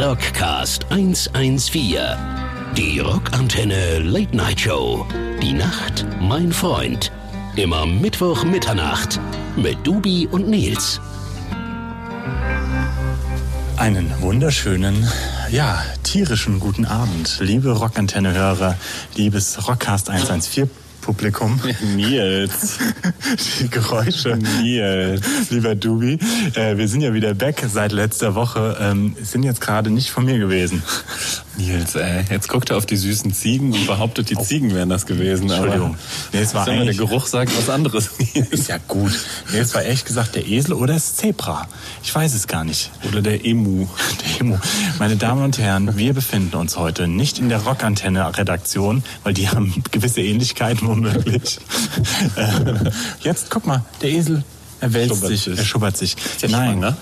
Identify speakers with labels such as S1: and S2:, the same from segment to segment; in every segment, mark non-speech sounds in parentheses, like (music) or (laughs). S1: Rockcast 114. Die Rockantenne Late Night Show. Die Nacht, mein Freund. Immer Mittwoch Mitternacht mit Dubi und Nils.
S2: Einen wunderschönen, ja, tierischen guten Abend, liebe Rockantenne-Hörer, liebes Rockcast 114 Publikum.
S3: Nils.
S2: Die Geräusche.
S3: Nils.
S2: Lieber Dubi, äh, wir sind ja wieder back seit letzter Woche, ähm, sind jetzt gerade nicht von mir gewesen.
S3: Nils, ey. Jetzt guckt er auf die süßen Ziegen und behauptet, die Ziegen wären das gewesen.
S2: Entschuldigung.
S3: Aber
S2: Nee, es war
S3: sag mal, der
S2: eigentlich-
S3: Geruch sagt was anderes, Nils.
S2: Ist (laughs) ja gut. Nee, es war ehrlich gesagt der Esel oder das Zebra. Ich weiß es gar nicht.
S3: Oder der Emu.
S2: (laughs) Demo. Meine Damen und Herren, wir befinden uns heute nicht in der Rockantenne-Redaktion, weil die haben gewisse Ähnlichkeiten womöglich. (laughs) Ähm, Jetzt, guck mal, der Esel, er wälzt
S3: Schubbert
S2: sich,
S3: sich.
S2: er schubbert sich.
S3: ja schwanger.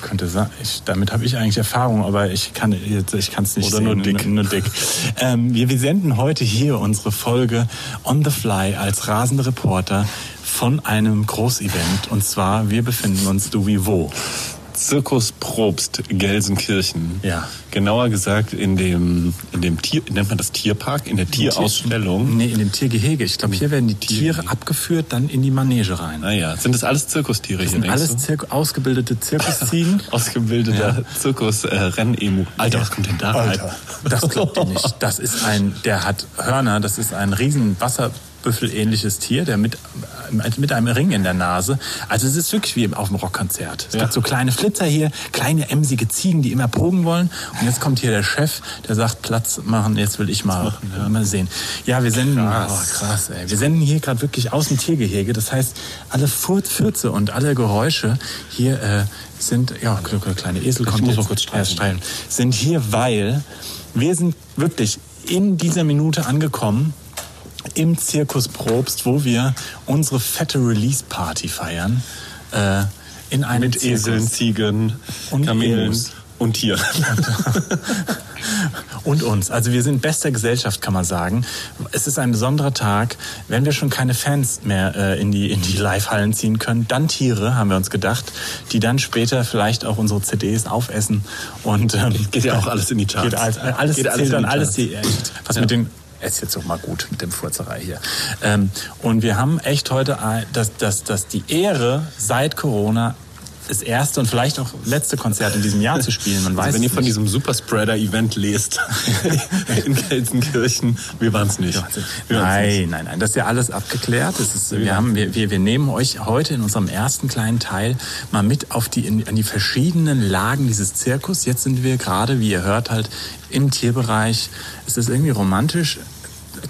S2: Könnte sein. Ich, damit habe ich eigentlich Erfahrung, aber ich kann es ich kann's nicht
S3: Oder
S2: sehen.
S3: nur dick.
S2: Nur dick. ähm, wir, wir senden heute hier unsere Folge On the Fly als rasende Reporter von einem Großevent. Und zwar, wir befinden uns, du wie wo?
S3: Zirkus Probst Gelsenkirchen.
S2: Ja.
S3: Genauer gesagt in dem, in dem Tier, nennt man das Tierpark? In der Tierausstellung.
S2: Nee, in dem Tiergehege. Ich glaube, hier werden die Tiere abgeführt, dann in die Manege rein.
S3: Naja, sind das alles Zirkustiere hier,
S2: sind
S3: denkst
S2: alles
S3: du?
S2: Zirk ausgebildete (laughs) Zirkusziegen.
S3: Ausgebildeter Zirkus-Rennemu. Alter, was kommt denn da rein?
S2: Alter, das glaubt ihr nicht. Das ist ein, der hat Hörner, das ist ein riesen Wasserbüffel-ähnliches Tier, der mit, äh, mit einem Ring in der Nase. Also es ist wirklich wie auf dem Rockkonzert. Es
S3: Ja.
S2: gibt so kleine Flitzer hier, kleine emsige Ziegen, die immer pogen wollen. Und jetzt kommt hier der Chef, der sagt, Platz machen, jetzt will ich mal, mal sehen. Ja, wir senden,
S3: Krass.
S2: Oh, krass ey. wir senden hier gerade wirklich aus dem Tiergehege. Das heißt, alle Furz- Fürze und alle Geräusche hier äh, sind, ja, kleine Esel kommt
S3: muss
S2: jetzt
S3: mal kurz streichen.
S2: erst Streifen. sind hier, weil wir sind wirklich in dieser Minute angekommen im Zirkus Probst, wo wir unsere fette Release Party feiern. Äh, in einem
S3: Mit
S2: Zirkus.
S3: Eseln, Ziegen,
S2: Und
S3: Kamelen
S2: Emus.
S3: und Tieren.
S2: und uns. Also wir sind bester Gesellschaft, kann man sagen. Es ist ein besonderer Tag. Wenn wir schon keine Fans mehr äh, in die, in die Live-Hallen ziehen können, dann Tiere, haben wir uns gedacht, die dann später vielleicht auch unsere CDs aufessen. Und ähm,
S3: (laughs) Geht ja auch alles in die Charts.
S2: Geht alles, alles,
S3: Geht alles
S2: zählt
S3: in
S2: dann
S3: die
S2: alles
S3: Charts.
S2: die, echt. Was mit den ist jetzt auch mal gut mit dem Furzerei hier. Ähm, und wir haben echt heute ein- das, das, das die Ehre seit Corona das erste und vielleicht auch letzte Konzert in diesem Jahr zu spielen. Man weiß
S3: Also wenn
S2: es
S3: ihr von
S2: nicht.
S3: diesem
S2: (laughs)
S3: Superspreader-Event lest in Gelsenkirchen, wir waren es nicht. Wir waren's nicht.
S2: Nein, nein, nein. Das ist ja alles abgeklärt. Das ist, wir, haben, wir, wir, wir nehmen euch heute in unserem ersten kleinen Teil mal mit auf die, in, an die verschiedenen Lagen dieses Zirkus. Jetzt sind wir gerade, wie ihr hört, halt im Tierbereich. Es ist irgendwie romantisch.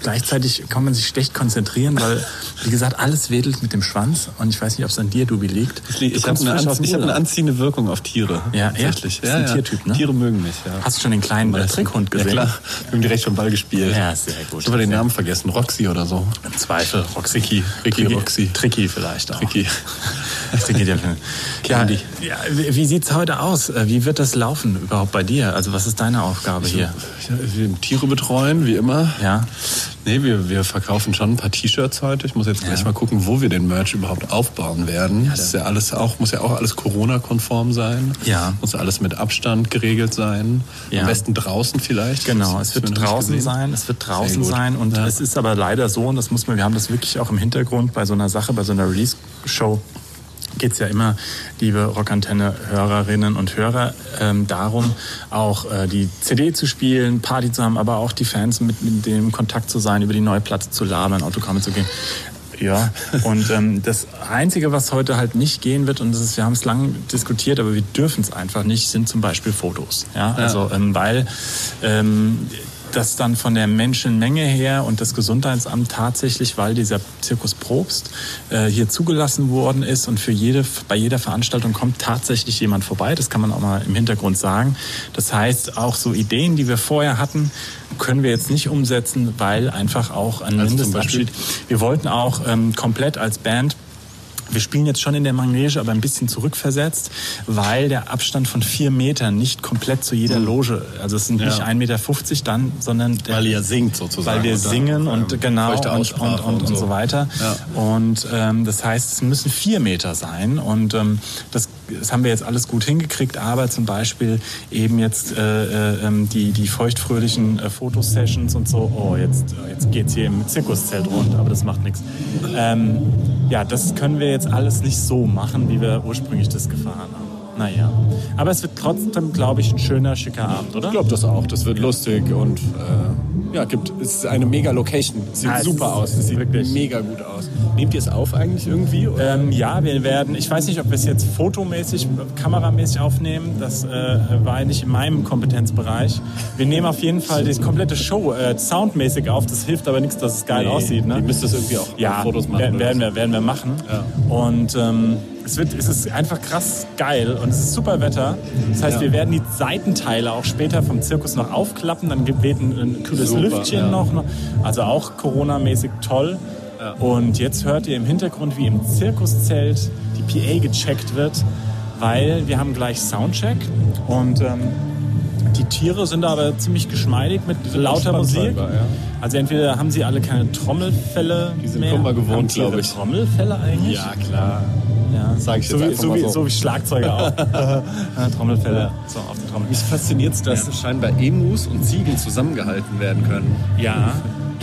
S2: Gleichzeitig kann man sich schlecht konzentrieren, weil, wie gesagt, alles wedelt mit dem Schwanz. Und ich weiß nicht, ob es an dir, Dubi, liegt. Du
S3: Ich habe
S2: kommst
S3: eine,
S2: frisch
S3: Anzie-
S2: aus dem
S3: ich hab eine
S2: Urlaub.
S3: anziehende Wirkung auf Tiere.
S2: Ja,
S3: tatsächlich.
S2: ja? Bist ein Tiertyp, ne?
S3: Tiere mögen mich. Ja.
S2: Hast du schon den kleinen äh,
S3: Meistens.
S2: Trickhund gesehen?
S3: Ja, klar. Wir haben direkt schon Ball gespielt.
S2: Ja, sehr gut.
S3: Ich habe den
S2: Sehr
S3: Namen vergessen. Roxy oder so.
S2: Im Zweifel, Roxy.
S3: Ricky, Ricky, Roxy.
S2: Tricky vielleicht auch. (laughs)
S3: Ricky.
S2: Das Ding geht ja schnell. ja, ja, wie wie sieht's heute aus? Äh, Wie wird das laufen überhaupt bei dir? Also was ist deine Aufgabe hier?
S3: Ja, wir Tiere betreuen, wie immer.
S2: Ja.
S3: Nee, wir, wir verkaufen schon ein paar T-Shirts heute. Ich muss jetzt gleich mal gucken, wo wir den Merch überhaupt aufbauen werden. das ist ja alles auch, muss ja auch alles Corona-konform sein.
S2: Ja.
S3: Muss alles mit Abstand geregelt sein.
S2: Ja.
S3: Am besten draußen vielleicht.
S2: Genau,
S3: Das-
S2: es
S3: das
S2: wird
S3: haben wir noch nicht
S2: draußen
S3: gesehen.
S2: sein, es wird
S3: Sehr
S2: draußen
S3: gut.
S2: sein und
S3: Ja.
S2: es ist aber leider so und das muss man, wir haben das wirklich auch im Hintergrund bei so einer Sache, bei so einer Release-Show geht's ja immer, liebe Rockantenne-Hörerinnen und Hörer, ähm, darum, auch äh, die CD zu spielen, Party zu haben, aber auch die Fans mit, mit denen in Kontakt zu sein, über die neue Platte zu labern, Autogramme zu gehen. Ja, und ähm, das Einzige, was heute halt nicht gehen wird, und das ist, wir haben es lange diskutiert, aber wir dürfen es einfach nicht, sind zum Beispiel Fotos. Ja, also ähm, weil ähm, das dann von der Menschenmenge her und das Gesundheitsamt tatsächlich, weil dieser Zirkus Probst äh, hier zugelassen worden ist und für jede, bei jeder Veranstaltung kommt tatsächlich jemand vorbei, das kann man auch mal im Hintergrund sagen. Das heißt, auch so Ideen, die wir vorher hatten, können wir jetzt nicht umsetzen, weil einfach auch ein
S3: Also zum
S2: Mindestabschied. Wir wollten auch ähm, komplett als Band wir spielen jetzt schon in der Manege, aber ein bisschen zurückversetzt, weil der Abstand von vier Metern nicht komplett zu jeder Loge, also es sind nicht
S3: Hm. Ja.
S2: 1,50 Meter dann, sondern der,
S3: Weil ihr singt sozusagen.
S2: weil wir
S3: oder?
S2: singen und
S3: Ähm,
S2: genau und,
S3: feuchte
S2: und,
S3: Aussprache
S2: und, und, so. weiter.
S3: Ja.
S2: Und ähm, das heißt, es müssen vier Meter sein. Und ähm, das, das haben wir jetzt alles gut hingekriegt, aber zum Beispiel eben jetzt äh, äh, ähm, die, die feuchtfröhlichen äh, Fotosessions und so, oh, jetzt, äh, jetzt geht's hier im Zirkuszelt rund, aber das macht nichts. Ähm, ja, das können wir jetzt alles nicht so machen, wie wir ursprünglich das gefahren haben. Naja. Aber es wird trotzdem, glaube ich, ein schöner, schicker Abend, oder?
S3: Ich glaube das auch. Das wird lustig und äh, ja, gibt. Es ist eine mega Location. Sieht
S2: Ah, es
S3: super
S2: ist-
S3: aus. Es sieht
S2: wirklich.
S3: mega gut aus. Nehmt ihr es auf eigentlich irgendwie? Oder?
S2: Ähm, ja, wir werden, ich weiß nicht, ob wir es jetzt fotomäßig, kameramäßig aufnehmen, das äh, war ja nicht in meinem Kompetenzbereich. Wir nehmen auf jeden Fall die komplette Show äh, soundmäßig auf, das hilft aber nichts, dass es geil
S3: Nee,
S2: aussieht. Ne?
S3: ihr müsst das irgendwie auch
S2: ja,
S3: Fotos machen
S2: wer-
S3: oder
S2: Werden
S3: so.
S2: wir, werden wir machen. Und ähm, es, wird, es ist einfach krass geil und es ist super Wetter. Das heißt,
S3: Ja.
S2: wir werden die Seitenteile auch später vom Zirkus noch aufklappen, dann gibt- weht ein, ein kühles
S3: Super,
S2: Lüftchen
S3: ja.
S2: noch auch noch. Also auch Corona-mäßig toll. Und jetzt hört ihr im Hintergrund, wie im Zirkuszelt die PA gecheckt wird, weil wir haben gleich Soundcheck und ähm, die Tiere sind aber ziemlich geschmeidig mit lauter
S3: entspannt
S2: Musik.
S3: scheinbar, ja.
S2: Also entweder haben sie alle keine Trommelfelle
S3: Die sind
S2: mehr.
S3: Kummer gewohnt,
S2: Haben Tiere
S3: glaub ich.
S2: Trommelfelle eigentlich?
S3: klar.
S2: Ja.
S3: Sag ich
S2: so,
S3: jetzt
S2: wie,
S3: einfach
S2: so,
S3: mal
S2: wie,
S3: so.
S2: so wie Schlagzeuger auch.
S3: (laughs)
S2: Ja, Trommelfelle. So, auf die Trommel.
S3: Mich fasziniert es, dass scheinbar Emus und Ziegen zusammengehalten werden können.
S2: Ja.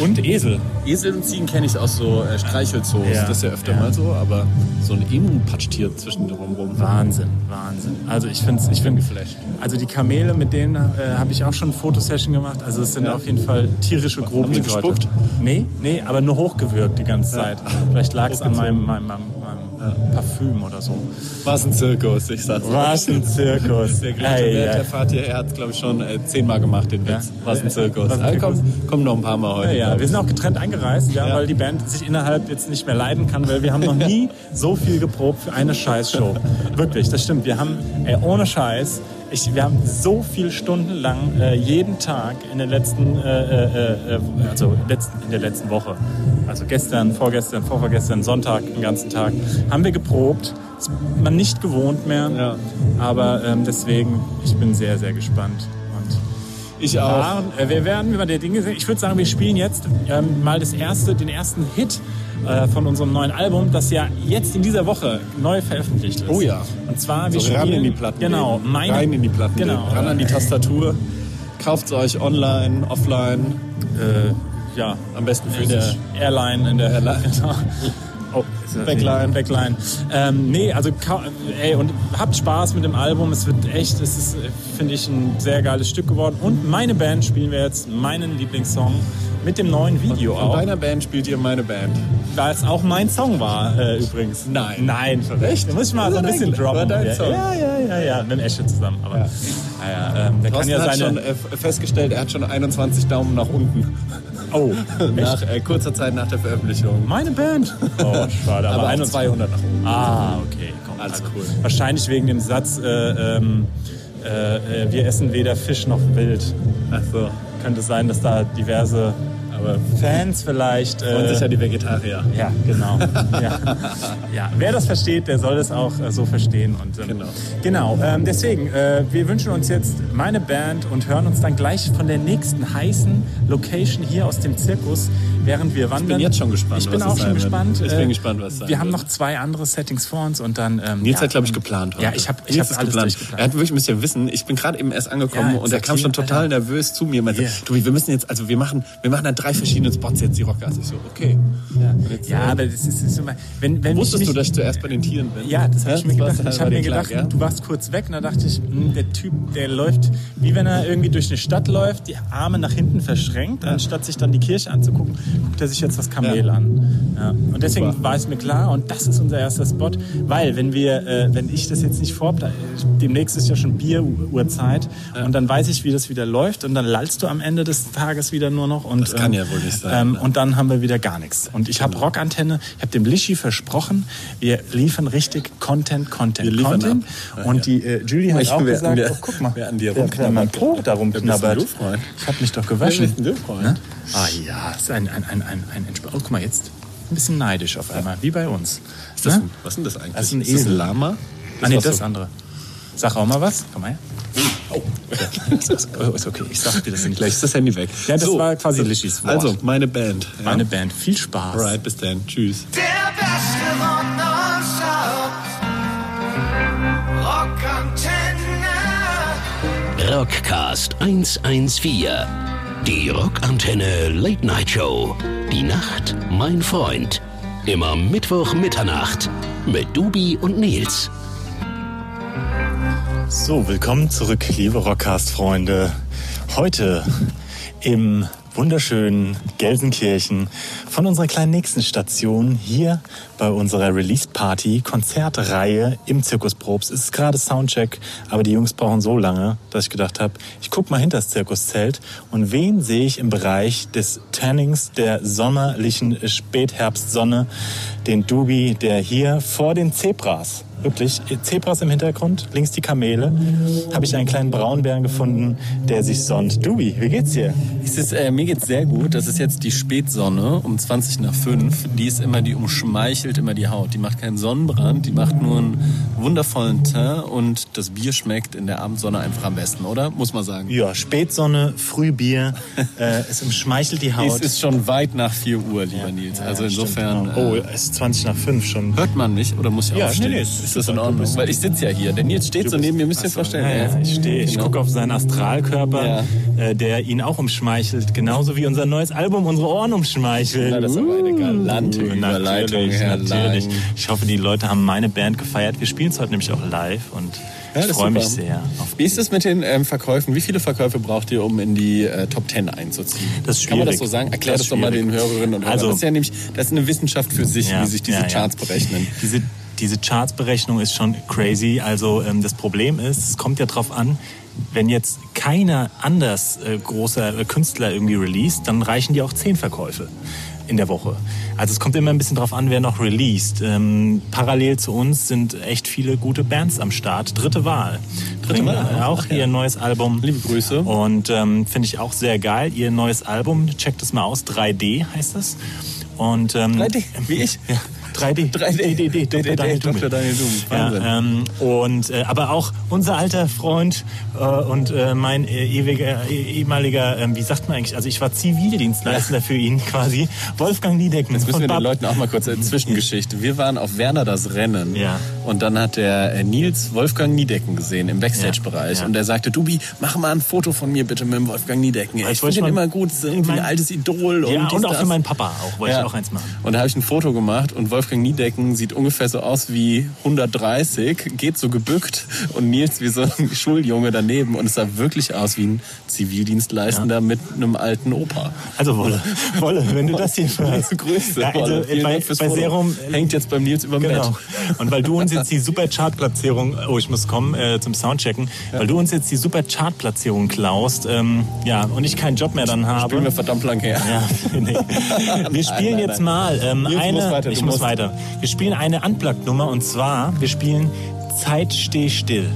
S2: Und Esel.
S3: Esel und Ziegen kenne ich aus so äh, Streichelzoos.
S2: Ja.
S3: Das ist ja öfter
S2: Ja.
S3: mal so, aber so ein Emu-Patschtier zwischendrin rum.
S2: Wahnsinn, Wahnsinn. Also ich finde ich find,
S3: geflasht.
S2: Also die Kamele, mit denen äh, habe ich auch schon eine Fotosession gemacht. Also es sind auf jeden Fall tierische Gruppen.
S3: Haben sie
S2: die Leute.
S3: gespuckt?
S2: Nee, nee, aber nur hochgewürgt die ganze Zeit. Vielleicht lag es an meinem, meinem, meinem, meinem Parfüm oder so.
S3: War es ein Zirkus, ich sag's euch.
S2: Was ein Zirkus.
S3: Der Grete
S2: Ei,
S3: Wert,
S2: ei.
S3: der Vater, er hat glaube ich schon äh, zehnmal gemacht, den Witz.
S2: Ja.
S3: Was ein Zirkus.
S2: Was ein
S3: Ah,
S2: Zirkus.
S3: komm, komm noch ein paar Mal heute.
S2: Ja, wir sind auch getrennt eingereist, ja,
S3: Ja.
S2: weil die Band sich innerhalb jetzt nicht mehr leiden kann, weil wir haben noch nie so viel geprobt für eine Scheißshow. Wirklich, das stimmt. Wir haben, ey, ohne Scheiß, ich, wir haben so viel Stunden lang äh, jeden Tag in der letzten, äh, äh, äh, also letzten, in der letzten Woche, also gestern, vorgestern, vorvorgestern, Sonntag, den ganzen Tag, haben wir geprobt. Ist man nicht gewohnt mehr,
S3: Ja.
S2: aber ähm, deswegen, ich bin sehr, sehr gespannt. Und
S3: Ich auch.
S2: waren. Äh, wir werden über der Dinge sehen. Ich würde sagen, wir spielen jetzt ähm, mal das erste, den ersten Hit äh, von unserem neuen Album, das ja jetzt in dieser Woche neu veröffentlicht ist.
S3: Oh ja.
S2: Und zwar wir
S3: so
S2: spielen
S3: ran in die Platten.
S2: Genau, meine,
S3: rein in die Platten.
S2: Genau.
S3: Ran an die Tastatur. Kauft es euch online, offline.
S2: Äh, ja,
S3: Am besten
S2: in der
S3: physisch.
S2: Airline, in der
S3: Airline. (laughs)
S2: Genau. Oh, ist das-
S3: Backline.
S2: Backline. Ähm, nee, also ka- ey, und habt Spaß mit dem Album. Es wird echt, es ist, äh, finde ich, ein sehr geiles Stück geworden. Und meine Band spielen wir jetzt meinen Lieblingssong mit dem neuen Video
S3: Von
S2: auch.
S3: deiner Band spielt ihr meine Band.
S2: Weil es auch mein Song war, äh, übrigens.
S3: Nein.
S2: Nein,
S3: Echt?
S2: Da muss ich mal so ein
S3: War
S2: bisschen
S3: dein- war
S2: droppen.
S3: dein
S2: ja,
S3: Song?
S2: ja, ja, ja, ja, mit dem Esche zusammen. Aber ja. Ja, ähm, der kann
S3: Thorsten
S2: ja
S3: hat schon
S2: seine.
S3: äh, festgestellt, er hat schon 21 Daumen nach unten. (laughs)
S2: Oh, echt?
S3: nach, äh, kurzer Zeit nach der Veröffentlichung.
S2: meine Band. Oh, schade.
S3: Aber
S2: Aber,
S3: auch
S2: 21
S3: 200 nach oben.
S2: Ah, okay. Komm,
S3: Alles
S2: also
S3: cool.
S2: Wahrscheinlich wegen dem Satz, äh, ähm, äh, äh, wir essen weder Fisch noch Wild.
S3: Achso.
S2: Könnte sein, dass da diverse
S3: Aber
S2: Fans vielleicht.
S3: und
S2: Äh,
S3: sicher die Vegetarier.
S2: Ja, genau. ja. ja, wer das versteht, der soll das auch äh, so verstehen. Und, ähm,
S3: Genau.
S2: Genau, ähm, deswegen, äh, wir wünschen uns jetzt meine Band und hören uns dann gleich von der nächsten heißen Location hier aus dem Zirkus, während wir wandern.
S3: jetzt schon gespannt,
S2: Ich bin
S3: was es
S2: auch
S3: sein
S2: schon
S3: wird.
S2: gespannt.
S3: Ich bin
S2: äh,
S3: gespannt, was es sein
S2: Wir haben
S3: wird.
S2: noch zwei andere Settings vor uns und dann. Ähm,
S3: Nils
S2: ja,
S3: hat, glaube ich,
S2: ähm,
S3: geplant heute.
S2: Ja, ich habe ich
S3: Nils
S2: hab
S3: ist
S2: alles
S3: geplant. Er
S2: durchgeplant.
S3: hat wirklich, müsst ihr wissen, ich bin gerade eben erst angekommen
S2: Ja,
S3: und er kam
S2: Saxin,
S3: schon total
S2: Alter.
S3: nervös zu mir. und Meinte,
S2: Yeah.
S3: du, wir müssen jetzt, also wir machen, wir machen an drei verschiedenen Spots jetzt die Rockgas. Ich so, okay. Und jetzt,
S2: Ja,
S3: äh,
S2: aber das ist, ist immer. Wenn, wenn
S3: wusstest
S2: ich
S3: du,
S2: mich,
S3: dass ich zuerst bei den Tieren bin?
S2: Ja, das habe
S3: ne? Hä?
S2: ich mir
S3: warst
S2: gedacht.
S3: halt
S2: Ich
S3: bei
S2: habe mir
S3: den
S2: gedacht,
S3: Klagen,
S2: du warst kurz weg und da dachte ich, hm, der Typ, der läuft, wie wenn er irgendwie durch eine Stadt läuft, die Arme nach hinten verschränkt, anstatt sich dann die Kirche anzugucken, guckt er sich jetzt das Kamel
S3: Ja.
S2: an. Ja. Und deswegen
S3: Super.
S2: war es mir klar und das ist unser erster Spot, weil wenn wir, äh, wenn ich das jetzt nicht vorplan, demnächst ist ja schon Bieruhrzeit und dann weiß ich, wie das wieder läuft und dann lallst du am Ende des Tages wieder nur noch. Und,
S3: Das kann ja wohl nicht sein,
S2: Ähm,
S3: ne?
S2: und dann haben wir wieder gar nichts. Und ich
S4: Genau.
S2: habe Rockantenne, ich habe dem Lischi versprochen, wir liefern richtig Content, Content,
S3: Wir liefern
S2: Content.
S3: ab.
S2: Und die äh, Julie hat
S3: Ich-
S2: auch
S3: wer-
S2: gesagt,
S3: wer-
S2: oh, guck mal,
S3: wer an dir
S2: der-
S3: rumknabbert.
S2: wenn mein Po da
S3: Wer
S2: rumknabbert.
S3: bist denn du, Freund?
S2: Ich habe mich doch gewaschen.
S3: Wer bist denn du, Freund?
S2: Ne? Ah ja, das ist ein, ein, ein, ein, ein Entspann. Oh, guck mal jetzt.
S5: ein bisschen neidisch auf einmal, wie bei uns.
S4: Ist das
S5: Ne?
S4: ein, was ist denn das eigentlich?
S5: Das ist ein
S4: ist das ein
S5: Esel.
S4: Lama?
S5: ah, nee,
S4: was
S5: das
S4: so-
S5: andere. Sag auch mal was. Komm mal her.
S2: (laughs)
S5: Oh, ist okay, ich sag dir das nicht.
S4: Gleich ist das Handy weg.
S5: Ja, das war quasi Lischis Wort.
S4: Also, meine Band. Ja.
S5: Meine Band, viel Spaß.
S4: Alright, bis dann. Tschüss.
S6: Der beste Rock nonstop. Rockantenne.
S1: Rockcast 114. Die Rockantenne Late Night Show. Die Nacht, mein Freund. Immer Mittwoch Mitternacht mit Dubi und Nils.
S2: So, willkommen zurück, liebe Rockcast-Freunde. Heute im wunderschönen Gelsenkirchen von unserer kleinen nächsten Station hier bei unserer Release-Party Konzertreihe im Zirkus Probst. Es ist gerade Soundcheck, aber die Jungs brauchen so lange, dass ich gedacht habe, ich guck mal hinter das Zirkuszelt und wen sehe ich im Bereich des Tannings der sommerlichen Spätherbstsonne? Den Dubi, der hier vor den Zebras Wirklich, äh, Zebras im Hintergrund, links die Kamele. Habe ich einen kleinen Braunbären gefunden, der sich sonnt. Dubi, wie geht's dir?
S3: Es ist, äh, mir geht's sehr gut. Das ist jetzt die Spätsonne um 20 nach 5. Die ist immer, die umschmeichelt immer die Haut. Die macht keinen Sonnenbrand, die macht nur einen wundervollen Teint und das Bier schmeckt in der Abendsonne einfach am besten, oder? Muss man sagen.
S2: Ja, Spätsonne, Frühbier, äh, es umschmeichelt die
S3: Es
S2: Haut.
S3: ist schon weit nach 4 Uhr, lieber Nils. Also
S2: Ja, stimmt.
S3: insofern.
S2: Oh,
S3: äh,
S2: es ist 20 nach 5 schon.
S3: Hört man mich oder muss ich
S2: Ja,
S3: aufstehen?
S2: nee, nee, es
S3: ist,
S2: ist
S3: das
S2: super.
S3: in
S2: Du
S3: Ordnung?
S2: bist-
S3: Weil ich sitze ja hier. Der Nils steht so neben mir, müsst ihr vorstellen.
S2: Ja, ja, ich stehe, ich
S3: Genau.
S2: gucke auf seinen Astralkörper, äh, der ihn auch umschmeichelt. Genauso wie unser neues Album unsere Ohren umschmeichelt.
S3: Na, Genau, das ist aber eine galante
S2: Uh,
S3: Überleitung,
S2: Natürlich,
S3: Herr
S2: natürlich.
S3: Lang.
S2: Ich hoffe, die Leute haben meine Band gefeiert. Wir spielen es heute nämlich auch live und
S3: Ja,
S2: ich
S3: das ist
S2: freue mich
S3: super.
S2: sehr auf
S3: Wie ist es mit den ähm, Verkäufen? Wie viele Verkäufe braucht ihr, um in die äh, Top 10 einzuziehen?
S2: Das ist
S3: Kann man das
S2: schwierig.
S3: so sagen? Erklär
S2: Das
S3: das,
S2: ist
S3: doch mal den
S2: schwierig.
S3: Hörerinnen und Hörern.
S2: Also-
S3: das ist ja nämlich das ist eine Wissenschaft für sich,
S2: Ja,
S3: wie sich diese
S2: ja, ja.
S3: Charts berechnen.
S2: (laughs) Diese, diese Chartsberechnung ist schon crazy. Also ähm, das Problem ist, es kommt ja drauf an, wenn jetzt keiner anders äh, großer äh, Künstler irgendwie released, dann reichen dir auch zehn Verkäufe in der Woche. Also es kommt immer ein bisschen drauf an, wer noch released. Ähm, parallel zu uns sind echt viele gute Bands am Start. Dritte Wahl. Dritte
S3: Wahl,
S2: Auch ihr neues Album.
S3: Liebe Grüße.
S2: Und ähm, finde ich auch sehr geil. Ihr neues Album, checkt es mal aus. 3D heißt es. Und, ähm,
S3: 3D, wie ich.
S2: ja, 3D.
S3: 3D.
S2: DDD, Dr. Daniel Dummel.
S3: Dr. Daniel Dummel. Wahnsinn.
S2: Ja, ähm, und, äh, aber auch unser alter Freund äh, und äh, mein äh, ewiger, eh- ehemaliger, ähm, wie sagt man eigentlich, also ich war Zivildienstleister für ihn quasi, Wolfgang Niedecken
S3: Jetzt müssen wir
S2: von
S3: den
S2: BAP.
S3: Leuten auch mal kurz eine Zwischengeschichte. Wir waren auf Werner das Rennen
S2: Ja.
S3: und dann hat der äh, Nils Wolfgang Niedecken gesehen im Backstage-Bereich
S2: Ja, ja.
S3: und er sagte, Dubi, mach mal ein Foto von mir bitte mit dem Wolfgang Niedecken. Ich
S2: wollte
S3: finde ihn
S2: ich mal-
S3: immer gut, ist irgendwie ein
S2: mein-
S3: altes Idol.
S2: Ja,
S3: dies,
S2: und auch
S3: das.
S2: für meinen Papa auch, wollte
S3: Ja.
S2: ich auch eins machen.
S3: Und da habe ich ein Foto gemacht und Wolfgang Niedecken sieht ungefähr so aus wie 130, geht so gebückt und Nils wie so ein (laughs) Schuljunge daneben und es sah wirklich aus wie ein Zivildienstleistender mit einem
S2: (laughs)
S3: alten Opa.
S2: Also
S3: (laughs)
S2: Wolle, Wolle, wenn du das hier hörst.
S3: Grüße,
S2: Ja, also,
S3: Wolle. Vielen
S2: bei,
S3: Dank fürs
S2: bei
S3: Foto.
S2: Serum äh,
S3: hängt jetzt beim Nils über dem
S2: Genau.
S3: Bett.
S2: Und weil du uns jetzt die super Chartplatzierung, oh, ich muss kommen äh, zum Soundchecken, weil du uns jetzt die super Chartplatzierung klaust, ähm, ja, und ich keinen Job mehr dann habe.
S3: Bin mir verdammt lang her.
S2: (laughs) ja,
S3: (laughs)
S2: nee. Wir
S3: Nein,
S2: spielen
S3: nein,
S2: jetzt
S3: nein.
S2: mal ähm,
S3: Nils, du
S2: eine.
S3: musst weiter,
S2: ich
S3: du
S2: muss
S3: musst.
S2: weiter. Wir spielen eine Unplugged-Nummer und zwar, wir spielen Zeit steh still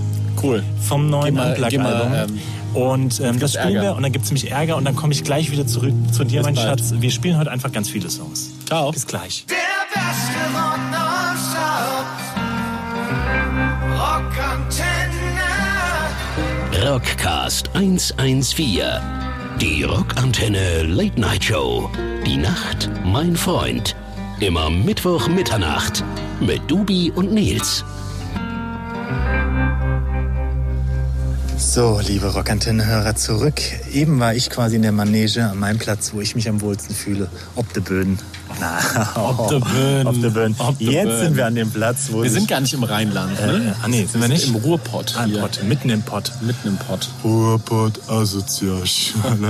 S3: Cool.
S2: vom neuen
S3: Geh mal- geh mal,
S2: Unplugged-Album.
S3: ähm,
S2: und ähm, das spielen
S3: Ärger.
S2: wir und dann gibt es nämlich Ärger und dann komme ich gleich wieder zurück zu dir, mein
S3: bald.
S2: Schatz. Wir spielen heute einfach ganz viele Songs.
S3: Ciao.
S2: Bis gleich.
S6: Der beste Rock nonstop. Rockantenne.
S1: Rockcast 114. Die Rockantenne Late Night Show. Die Nacht, mein Freund. Immer Mittwoch Mitternacht mit Dubi und Nils.
S2: So, liebe Rockantenne-Hörer, zurück. Eben war ich quasi in der Manege an meinem Platz, wo ich mich am wohlsten fühle. Ob de Böden. Na, ob (laughs)
S3: de Böden.
S2: Ob de Böden.
S3: Ob de
S2: Jetzt
S3: Böden.
S2: sind wir an dem Platz, wo
S3: Wir
S2: sich-
S3: sind gar nicht im Rheinland,
S2: Äh,
S3: ne?
S2: ah, nee, sind wir nicht?
S3: Im Ruhrpott.
S2: Ah, im
S3: hier.
S2: Pott, mitten im Pott.
S3: Mitten im Pott.
S5: Ruhrpott Assoziation.
S2: (laughs)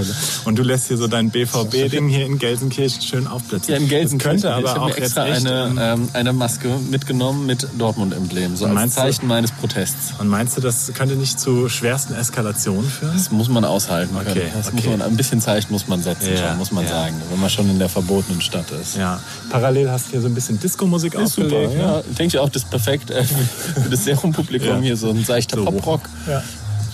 S2: Und du lässt hier so dein BVB-Ding hier in Gelsenkirchen schön aufblitzen.
S3: Ja, in Gelsenkirchen.
S2: Das könnte
S3: ich
S2: aber
S3: habe
S2: auch
S3: mir
S2: jetzt
S3: extra
S2: echt,
S3: eine, ähm, eine Maske mitgenommen mit Dortmund-Emblem. So als
S2: Meinst du-
S3: Zeichen meines Protests.
S2: Und meinst du, das könnte nicht zu schwersten Eskalationen führen?
S3: Das muss man aushalten können.
S2: Okay,
S3: das
S2: okay.
S3: muss man, ein bisschen Zeichen muss man setzen,
S2: Ja,
S3: schon, muss man
S2: ja.
S3: sagen, wenn man schon in der verbotenen Stadt ist.
S2: Ja. Parallel hast du hier so ein bisschen Disco-Musik
S3: Ist super,
S2: aufgelegt. ne?
S3: ja. Denke ich auch, das ist perfekt äh, für das Serumpublikum
S2: Ja.
S3: hier, so ein seichter
S2: So.
S3: Poprock.
S2: Ja.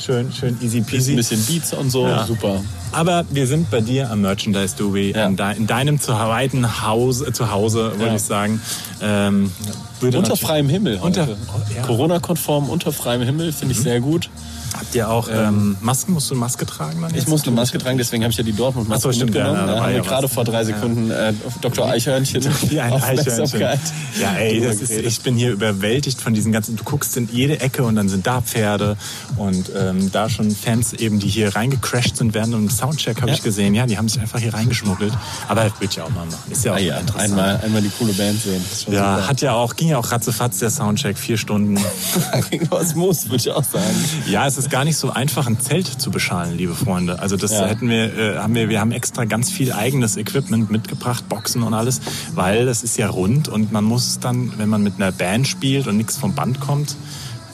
S2: Schön, schön easy peasy.
S3: Ein bisschen Beats und so,
S2: Ja.
S3: super.
S2: Aber wir sind bei dir am Merchandise Doobie,
S3: Ja.
S2: in, de in deinem zweiten Haus, äh, Zuhause, wollte
S3: Ja.
S2: ich sagen. Ähm, würde
S3: Unter
S2: natürlich-
S3: freiem Himmel heute.
S2: Unter- oh, ja. Mhm.
S3: Corona-konform, unter freiem Himmel, finde ich sehr gut.
S2: Habt ihr auch ähm, Masken? Musst du eine Maske tragen? Dann
S3: Ich
S2: jetzt?
S3: musste eine
S2: (laughs)
S3: Maske tragen, deswegen habe ich ja die Dortmund-Maske
S2: Ach so, stimmt, ja, ja,
S3: mitgenommen.
S2: da
S3: da
S2: war
S3: haben
S2: ja
S3: wir
S2: was.
S3: gerade vor drei Sekunden äh, Dr.
S2: (laughs)
S3: Eichhörnchen
S2: Wie ein Eichhörnchen.
S3: Aufmerksamkeit.
S2: Ja, ey, das ist, ich bin hier überwältigt von diesen ganzen. Du guckst in jede Ecke und dann sind da Pferde und ähm, da schon Fans eben, die hier reingecrashed sind während einem Soundcheck, habe
S3: Ja.
S2: ich gesehen. Ja, die haben sich einfach hier reingeschmuggelt. Aber das wird ja auch mal machen. Ist ja auch
S3: Ah ja,
S2: interessant.
S3: einmal, einmal die coole Band sehen. Das ist schon
S2: Ja,
S3: super. (laughs)
S2: hat ja auch, ging ja auch ratzefatz der Soundcheck, vier Stunden.
S3: Fucking Osmos, würde ich auch sagen.
S2: ja, es ist gar nicht so einfach, ein Zelt zu beschalen, liebe Freunde. Also das
S3: Ja.
S2: hätten wir, äh, haben wir, wir haben extra ganz viel eigenes Equipment mitgebracht, Boxen und alles, weil das ist ja rund und man muss dann, wenn man mit einer Band spielt und nichts vom Band kommt,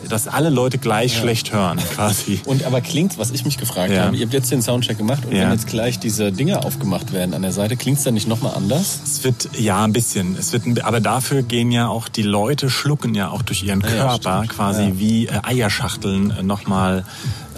S2: dass alle Leute gleich schlecht hören,
S3: (laughs)
S2: quasi.
S3: Und aber klingt, was ich mich gefragt
S2: Ja.
S3: habe, ihr habt jetzt den Soundcheck gemacht und
S2: Ja.
S3: wenn jetzt gleich diese Dinger aufgemacht werden an der Seite, klingt's dann nicht nochmal anders?
S2: Es wird ja ein bisschen, es wird, ein- aber dafür gehen ja auch die Leute schlucken ja auch durch ihren
S3: ja,
S2: Körper quasi wie äh, Eierschachteln äh, nochmal,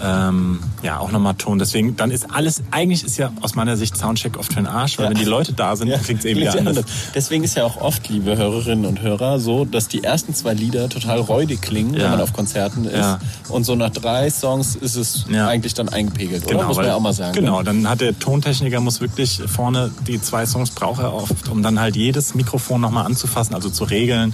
S2: ähm, ja auch nochmal Ton. Deswegen dann ist alles eigentlich ist ja aus meiner Sicht Soundcheck oft für den Arsch, weil
S3: Ja.
S2: wenn die Leute da (laughs) sind, dann klingt's eben
S3: klingt
S2: wieder anders.
S3: Deswegen ist ja auch oft, liebe Hörerinnen und Hörer, so, dass die ersten zwei Lieder total räudig klingen,
S2: Ja.
S3: wenn man auf Konzerten ist.
S2: Ja.
S3: Und so nach drei Songs ist es
S2: Ja.
S3: eigentlich dann eingepegelt, oder?
S2: Genau,
S3: Muss man
S2: weil-
S3: ja auch mal sagen. ne?
S2: Genau, dann hat der Tontechniker muss wirklich vorne die zwei Songs braucht er oft, um dann halt jedes Mikrofon nochmal anzufassen, also zu regeln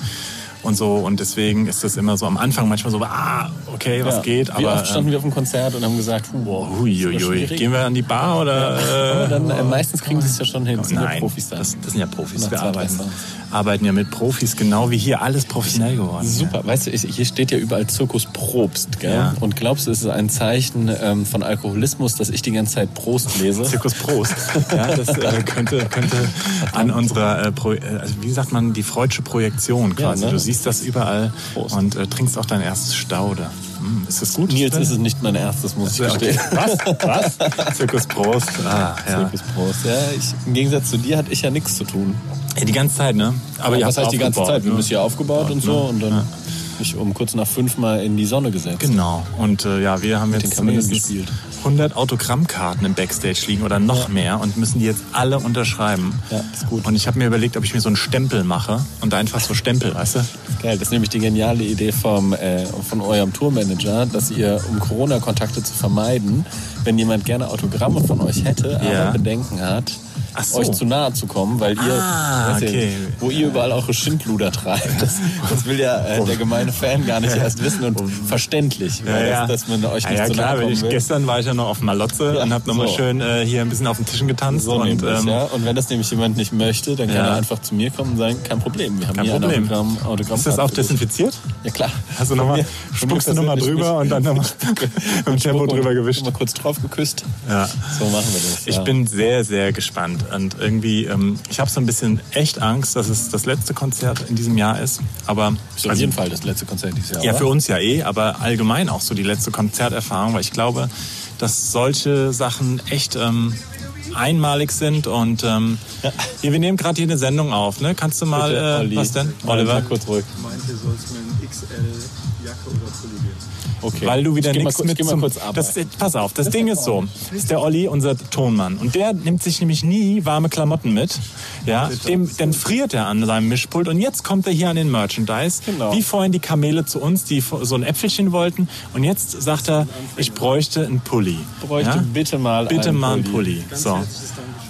S2: und so. Und deswegen ist das immer so am Anfang manchmal so, ah, okay, was
S3: Ja.
S2: geht, aber
S3: Wie oft
S2: ähm,
S3: standen wir auf dem Konzert und haben gesagt, wow, das ist
S2: Huiuiui.
S3: schwierig.
S2: Gehen wir an die Bar oder?
S3: Aber
S2: äh,
S3: dann, äh, meistens kriegen sie es ja schon hin, sind ja
S2: Nein,
S3: Profis dann.
S2: das, das sind ja Profis.
S3: Nach
S2: Wir
S3: zwei, drei
S2: arbeiten,
S3: Songs.
S2: arbeiten ja mit Profis, genau wie hier alles professionell geworden.
S3: Super, weißt du, ich, hier steht ja überall Zirkus Probst, gell?
S2: Ja.
S3: Und glaubst du, es ist ein Zeichen ähm, von Alkoholismus, dass ich die ganze Zeit Prost lese?
S2: Zirkus Prost. Ja, das äh, könnte, könnte an unserer, äh, Pro, äh, also wie sagt man, die freudsche Projektion quasi.
S3: ne?
S2: Du siehst das überall
S3: Prost.
S2: und äh, trinkst auch dein erstes Staude. Hm, ist das gut?
S3: Nils ist es nicht mein erstes, muss ich
S2: okay.
S3: gestehen.
S2: Was?
S3: (laughs)
S2: Was? Zirkus Prost. Ah, ja.
S3: Zirkus Prost. Ja, ich, Im Gegensatz zu dir hatte ich ja nichts zu tun.
S2: Ja, Die ganze Zeit, ne? Aber ihr
S3: was
S2: habt's
S3: heißt die ganze
S2: aufgebaut,
S3: Zeit? Wir
S2: ne?
S3: haben es hier aufgebaut und so und dann mich um kurz nach fünf mal in die Sonne gesetzt.
S2: Genau. Und äh, ja, wir haben
S3: den
S2: jetzt
S3: Kamelen
S2: zumindest
S3: gespielt.
S2: 100 Autogrammkarten im Backstage liegen oder noch mehr und müssen die jetzt alle unterschreiben.
S3: Ja, ist gut.
S2: Und ich habe mir überlegt, ob ich mir so einen Stempel mache und einfach so Stempel, weißt du?
S3: Geil, das ist nämlich die geniale Idee vom, äh, von eurem Tourmanager, dass ihr, um Corona-Kontakte zu vermeiden, wenn jemand gerne Autogramme von euch hätte, aber
S2: Ja.
S3: Bedenken hat,
S2: Ach so.
S3: euch zu nahe zu kommen, weil ihr,
S2: Ah,
S3: weiß ich
S2: okay.
S3: nicht, wo ihr überall eure Schindluder treibt. Das, das will ja äh,
S2: Oh.
S3: der gemeine Fan
S2: (laughs)
S3: gar nicht erst wissen und verständlich, weil Das, dass man euch
S2: Ja,
S3: nicht
S2: ja,
S3: zu
S2: klar,
S3: nahe
S2: weil
S3: kommen
S2: ich,
S3: will.
S2: gestern war ich ja noch auf Malotze
S3: Ja,
S2: und habe nochmal
S3: so.
S2: schön äh, hier ein bisschen auf den Tischen getanzt.
S3: So
S2: und ähm,
S3: und, ja. und wenn das nämlich jemand nicht möchte, dann kann
S2: Ja.
S3: er einfach zu mir kommen und sagen, kein Problem, wir haben
S2: kein
S3: hier
S2: Problem.
S3: ein Autogramm, Autogramm.
S2: Ist das auch desinfiziert?
S3: Ja klar.
S2: Hast du
S3: Von
S2: nochmal,
S3: mir- von mir
S2: spuckst du nochmal
S3: persönlich
S2: drüber
S3: nicht.
S2: und dann
S3: (laughs)
S2: nochmal mit dem Tempo
S3: Spuck und
S2: drüber gewischt?
S3: Mal kurz drauf geküsst.
S2: Ja.
S3: So machen wir das.
S2: Ich
S3: ja.
S2: bin sehr, sehr gespannt. Und irgendwie, ähm, ich habe so ein bisschen echt Angst, dass es das letzte Konzert in diesem Jahr ist. Aber also,
S3: Ist auf jeden Fall das letzte Konzert dieses Jahr.
S2: ja, für
S3: oder?
S2: uns ja eh, aber allgemein auch so die letzte Konzerterfahrung, weil ich glaube, dass solche Sachen echt ähm, einmalig sind. Und ähm, hier, wir nehmen gerade hier eine Sendung auf. Ne? Kannst du mal,
S3: Bitte,
S2: äh,
S3: Olli,
S2: was denn?
S3: mal-
S2: Oliver?
S3: mal kurz ruhig.
S7: meinte, soll es mit einem XL-Jacke oder Pulli gehen.
S3: Okay.
S2: Weil du wieder
S3: ich geh mal
S2: nichts
S3: kurz-
S2: mit
S3: Ich geh mal
S2: zum-
S3: kurz ab.
S2: das, Pass auf, das Ding ist so. Ist der Olli unser Tonmann. Und der nimmt sich nämlich nie warme Klamotten mit. Ja, dem, dann friert er an seinem Mischpult. Und jetzt kommt er hier an den Merchandise.
S3: Genau.
S2: Wie vorhin die Kamele zu uns, die vor- so ein Äpfelchen wollten. Und jetzt sagt er, ich bräuchte einen Pulli.
S3: Bräuchte bitte mal
S2: Bitte
S3: einen
S2: mal einen
S3: Pulli.
S2: Pulli. So.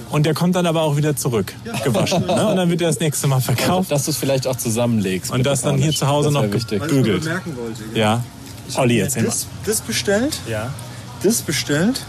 S2: Und der kommt dann aber auch wieder zurück, gewaschen. Ne? Und dann wird er das nächste Mal verkauft.
S3: Dass du es vielleicht auch zusammenlegst.
S2: Und
S3: bitte,
S2: das dann
S3: Paul.
S2: hier zu Hause
S3: Das wär
S2: noch
S3: wichtig.
S7: Weil ich nur
S2: gebügelt.
S7: bemerken wollte. gell?
S2: Ja. Olli,
S7: Ich
S2: erzähl
S7: hab
S2: mal.
S7: das, das bestellt,
S2: Ja.
S7: das bestellt.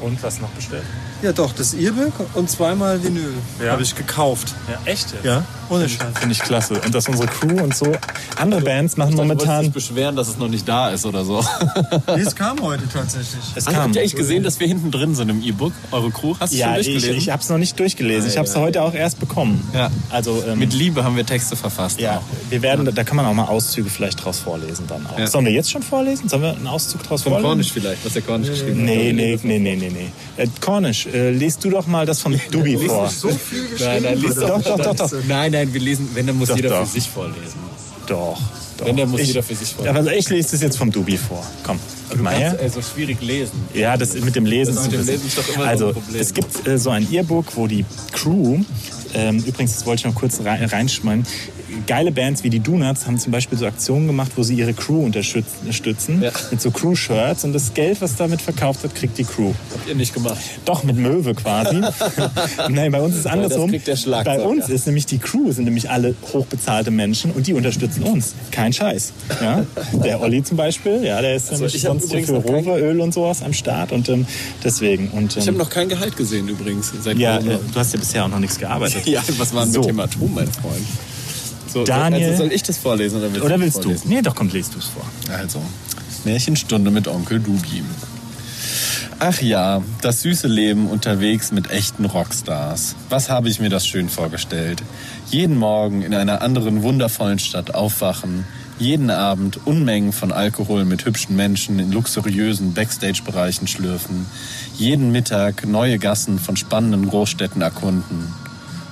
S2: Und was noch bestellt?
S7: Ja doch, das Irbe und zweimal Vinyl
S2: Ja.
S7: habe ich gekauft.
S2: Ja, echt? jetzt?
S7: Ja, ohne Scheiß.
S2: Finde ich klasse. Und dass unsere Crew und so andere Bands machen
S3: Du wolltest dich
S2: momentan.
S3: beschweren, dass es noch nicht da ist oder so. (laughs)
S7: Nee, es kam heute tatsächlich.
S2: Es
S3: Hast du echt gesehen, dass wir hinten drin sind im E-Book? Eure Crew? Hast du
S2: Ja,
S3: schon
S2: ich,
S3: durchgelesen?
S2: ich habe es noch nicht durchgelesen. Ich habe es heute auch erst bekommen.
S3: Ah, Ja.
S2: Also ähm,
S3: Mit Liebe haben wir Texte verfasst.
S2: ja,
S3: auch.
S2: wir werden, da kann man auch mal Auszüge vielleicht draus vorlesen dann auch.
S3: Ja.
S2: Sollen wir jetzt schon vorlesen? Sollen wir einen Auszug draus
S3: Von
S2: vorlesen?
S3: Kornisch vielleicht, was der Kornisch geschrieben hat.
S2: Nee, nee, nee, nee, nee, nee. Äh, Kornisch, äh, lest du doch mal das von Dubi vor.
S7: So viel geschrieben.
S3: Nein, nein, lies
S2: Doch, doch, doch, doch.
S3: Nein, nein, wir lesen, wenn, dann muss
S2: Doch,
S3: jeder
S2: doch.
S3: für sich vorlesen.
S2: Doch. doch.
S3: Wenn, dann muss jeder für sich
S2: vor.
S3: vorlesen.
S2: Also ich lese das jetzt vom Dubi vor. Komm, gib mal her.
S3: also schwierig lesen.
S2: Ja, das mit dem Lesen.
S3: Das
S2: ist
S3: mit
S2: ein
S3: dem
S2: bisschen-
S3: Lesen ist doch immer so ein
S2: also,
S3: Problem.
S2: es gibt äh, so ein Yearbook, wo die Crew, ähm, übrigens, das wollte ich noch kurz rein, reinschmeißen, geile Bands wie die Donuts haben zum Beispiel so Aktionen gemacht, wo sie ihre Crew unterstützen,
S3: Ja.
S2: mit so Crew-Shirts und das Geld, was damit verkauft wird, kriegt die Crew.
S3: Habt ihr nicht gemacht.
S2: Doch, mit Möwe
S3: (laughs)
S2: quasi. Nein, bei uns ist es andersrum.
S3: Oh, kriegt der Schlagzeug,
S2: bei uns
S3: ja.
S2: ist nämlich die Crew, sind nämlich alle hochbezahlte Menschen und die unterstützen uns. Kein Scheiß. Ja? Der Olli zum Beispiel, ja, der ist nämlich
S3: Also ich hab
S2: sonst hier
S3: übrigens
S2: für
S3: noch kein-
S2: Roveröl und sowas am Start und ähm, deswegen. Und, ähm,
S3: Ich habe noch kein Gehalt gesehen übrigens. Seit
S2: ja, äh,
S3: Corona.
S2: du hast ja bisher auch noch nichts gearbeitet.
S3: (laughs) ja, was war denn
S2: So.
S3: mit dem Atom, mein Freund? So,
S2: Daniel-
S3: also soll ich das vorlesen oder willst,
S2: Oder willst du?
S3: vorlesen?
S2: Nee, doch, komm, lest du es vor.
S3: Also, Märchenstunde mit Onkel Dubi. Ach ja, das süße Leben unterwegs mit echten Rockstars. Was habe ich mir das schön vorgestellt. Jeden Morgen in einer anderen wundervollen Stadt aufwachen, jeden Abend Unmengen von Alkohol mit hübschen Menschen in luxuriösen Backstage-Bereichen schlürfen, jeden Mittag neue Gassen von spannenden Großstädten erkunden.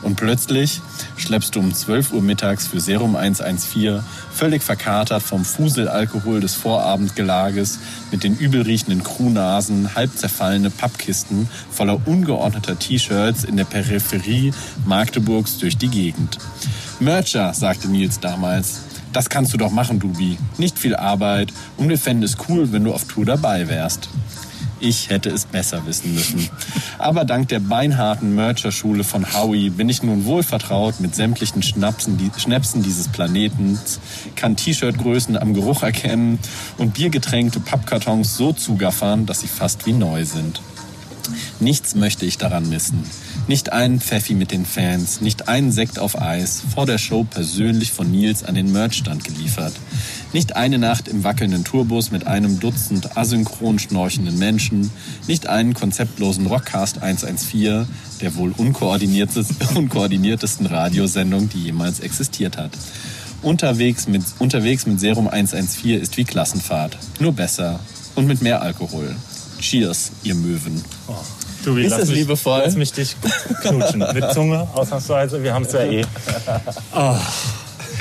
S3: Und plötzlich schleppst du um 12 Uhr mittags für Serum 114, völlig verkatert vom Fuselalkohol des Vorabendgelages, mit den übelriechenden Crewnasen, halb zerfallene Pappkisten voller ungeordneter T-Shirts in der Peripherie Magdeburgs durch die Gegend. Mercher, sagte Nils damals, das kannst du doch machen, Dubi. Nicht viel Arbeit und wir fänden es cool, wenn du auf Tour dabei wärst. Ich hätte es besser wissen müssen. Aber dank der beinharten Mercher-Schule von Howie bin ich nun wohlvertraut mit sämtlichen Schnapsen, die, Schnäpsen dieses Planeten, kann T-Shirt-Größen am Geruch erkennen und biergetränkte Pappkartons so zugaffern, dass sie fast wie neu sind. Nichts möchte ich daran missen. Nicht einen Pfeffi mit den Fans, nicht einen Sekt auf Eis, vor der Show persönlich von Nils an den Merchstand geliefert. Nicht eine Nacht im wackelnden Tourbus mit einem Dutzend asynchron schnorchenden Menschen, nicht einen konzeptlosen Rockcast 114, der wohl unkoordiniertes- (laughs) unkoordiniertesten Radiosendung, die jemals existiert hat. Unterwegs mit, unterwegs mit Serum 114 ist wie Klassenfahrt, nur besser und mit mehr Alkohol. Cheers, ihr Möwen.
S2: Tobi,
S3: Ist das
S2: mich,
S3: liebevoll?
S2: Lass mich dich knutschen. Mit Zunge, ausnahmsweise. Wir haben es ja
S3: (laughs)
S2: eh. Oh,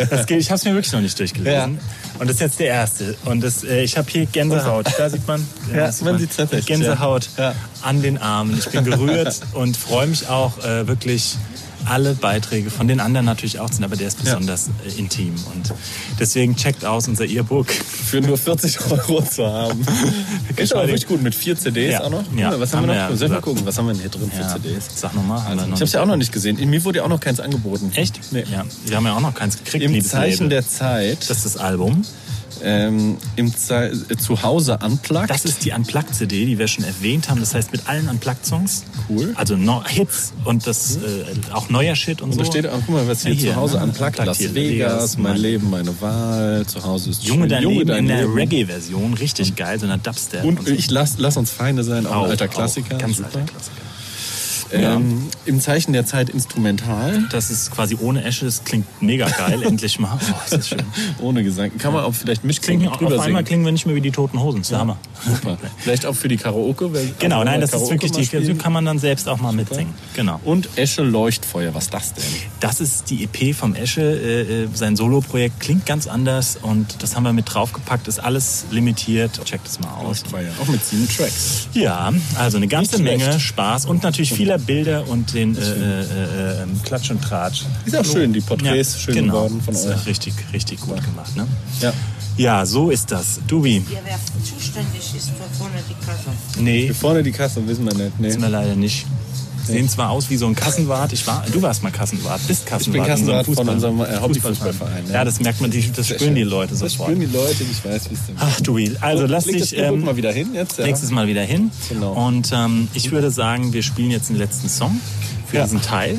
S2: das geht, ich habe es mir wirklich noch nicht durchgelesen. Und das ist jetzt der erste. Und das, äh, ich habe hier Gänsehaut. Da sieht man,
S3: Ja,
S2: das sieht
S3: man sieht's tatsächlich,
S2: Gänsehaut
S3: ja. Ja.
S2: an den Armen. Ich bin
S3: (laughs)
S2: gerührt und freue mich auch äh, wirklich alle Beiträge von den anderen natürlich auch sind, aber der ist besonders äh, intim. Und deswegen checkt aus unser Earbook.
S3: für nur 40 Euro
S2: (laughs)
S3: zu haben. Ist aber
S2: Entschuldigung.
S3: richtig gut mit vier CDs
S2: Ja.
S3: auch noch.
S2: Ja.
S3: Was haben,
S2: Haben
S3: wir noch?
S2: wir ja
S3: Sollen wir mal
S2: gesagt.
S3: gucken, was haben wir denn hier drin für
S2: Ja.
S3: CDs?
S2: Sag nochmal.
S3: Also, ich hab's ja auch noch nicht gesehen. Mir wurde ja auch noch keins angeboten.
S2: Echt?
S3: Nee.
S2: Ja. Wir haben ja auch noch keins gekriegt,
S3: Im
S2: liebes
S3: Zeichen
S2: Label.
S3: der Zeit,
S2: Das ist das Album.
S3: ähm, im Ze äh, Zuhause unplugged.
S2: Das ist die Unplugged-CD, die wir schon erwähnt haben. Das heißt, mit allen Unplugged-Songs.
S3: Cool.
S2: Also no Hits und das äh, auch neuer Shit und so.
S3: da steht auch, guck mal, was hier,
S2: Ja, hier,
S3: zu Hause
S2: ne?
S3: unplugged, Las
S2: Unplugged
S3: Vegas,
S2: hier, Vegas,
S3: mein
S2: mein-
S3: Leben, meine Wahl, zu Hause ist
S2: Junge
S3: schön,
S2: daneben, in der
S3: daneben.
S2: Reggae-Version. Richtig geil, so einer Dubstep.
S3: Und
S2: so.
S3: ich lass, lass uns Feinde sein, auch, ein
S2: Auch,
S3: alter
S2: auch,
S3: Klassiker.
S2: Ganz
S3: super.
S2: alter Klassiker.
S3: Ähm, Im Zeichen der Zeit instrumental.
S2: Das ist quasi ohne Asche. Das klingt mega
S3: (laughs)
S2: geil, endlich mal. Oh, ist das schön.
S3: Ohne Gesang. Kann man auch vielleicht
S2: Klingen,
S3: mitsingen und
S2: auf
S3: drüber
S2: einmal
S3: singen.
S2: klingen wir nicht mehr wie die Toten Hosen. Das ist der Hammer.
S3: Super. Vielleicht auch für die Karaoke. weil-
S2: Genau,
S3: also
S2: nein, das ist
S3: Karaoke
S2: wirklich
S3: mal
S2: die. also
S3: spielen.
S2: kann man dann selbst auch mal mitsingen. Genau.
S3: Und Esche Leuchtfeuer, was ist das denn?
S2: Das ist die EP vom Esche. Äh, äh, sein Solo-Projekt klingt ganz anders und das haben wir mit draufgepackt. Ist alles limitiert. Checkt es mal aus.
S3: Leuchtfeuer. Auch mit sieben Tracks.
S2: Ja, also eine ganze
S3: Nicht schlecht.
S2: Menge Spaß und natürlich vieler Bilder und den äh, äh, äh, ähm, Klatsch und Tratsch.
S3: Ist auch schön, die Porträts schön
S2: genau.
S3: geworden von
S2: Ist
S3: euch.
S2: Richtig, richtig gut gemacht. Ne?
S3: Ja.
S2: Ja, so ist das. Dubi,
S8: Ihr wer zuständig ist für vorne die Kasse.
S2: nee,
S3: Hier vorne die Kasse, wissen wir nicht. Nee.
S2: ist mir leider nicht. Sehen zwar aus wie so ein Kassenwart. Ich war, du warst mal Kassenwart, bist Kassenwart. in so einem
S3: Kassenwart von unserem, äh,
S2: Fußball-
S3: Hauptfußballverein, ja.
S2: Ja. das merkt man, die- das spüren die Leute
S3: Das
S2: sofort.
S3: spüren die Leute, ich weiß, wie es denn ist.
S2: Ach, Dubi, also lass
S3: Leg das
S2: dich
S3: Produkt
S2: ähm,
S3: mal wieder hin jetzt. Ja.
S2: nächstes Mal wieder hin.
S3: Genau.
S2: Und ähm, ich würde sagen, wir spielen jetzt den letzten Song für
S3: Ja.
S2: diesen Teil.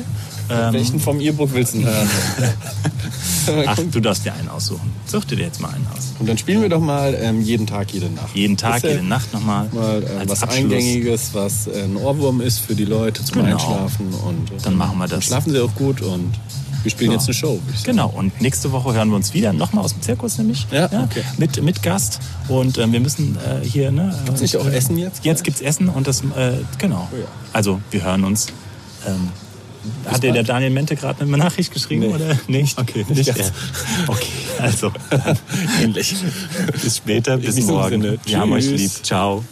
S2: Ähm,
S3: Welchen vom E-Book willst du denn
S2: (laughs)
S3: hören?
S2: ach, du darfst dir einen aussuchen. Such dir jetzt mal einen aus.
S3: Und dann spielen wir doch mal ähm, jeden Tag, jede Nacht.
S2: Jeden Tag,
S3: Ist ja
S2: jede Nacht nochmal.
S3: Mal äh,
S2: als
S3: was
S2: Abschluss.
S3: Eingängiges, was äh, ein Ohrwurm ist für die Leute zum
S2: Genau.
S3: Einschlafen. Und äh,
S2: Dann machen wir das.
S3: Schlafen sie auch gut und wir spielen
S2: Ja.
S3: jetzt eine Show. würd ich sagen.
S2: Genau, und nächste Woche hören wir uns wieder, nochmal aus dem Zirkus nämlich,
S3: Ja, okay.
S2: mit, mit Gast. Und ähm, wir müssen äh, hier, ne? Gibt's
S3: nicht auch Essen jetzt?
S2: Jetzt gibt's Essen und das, äh, genau.
S3: Oh ja.
S2: Also, wir hören uns. Ähm, Hat dir der Daniel Mente gerade eine Nachricht geschrieben
S5: Nee.
S2: oder nicht?
S5: Okay,
S2: nicht
S5: jetzt.
S2: er. Okay, also ähnlich. Bis später, bis
S5: diesem
S2: morgen.
S5: Sinne,
S2: Wir haben euch
S5: tschüss.
S2: lieb. Ciao.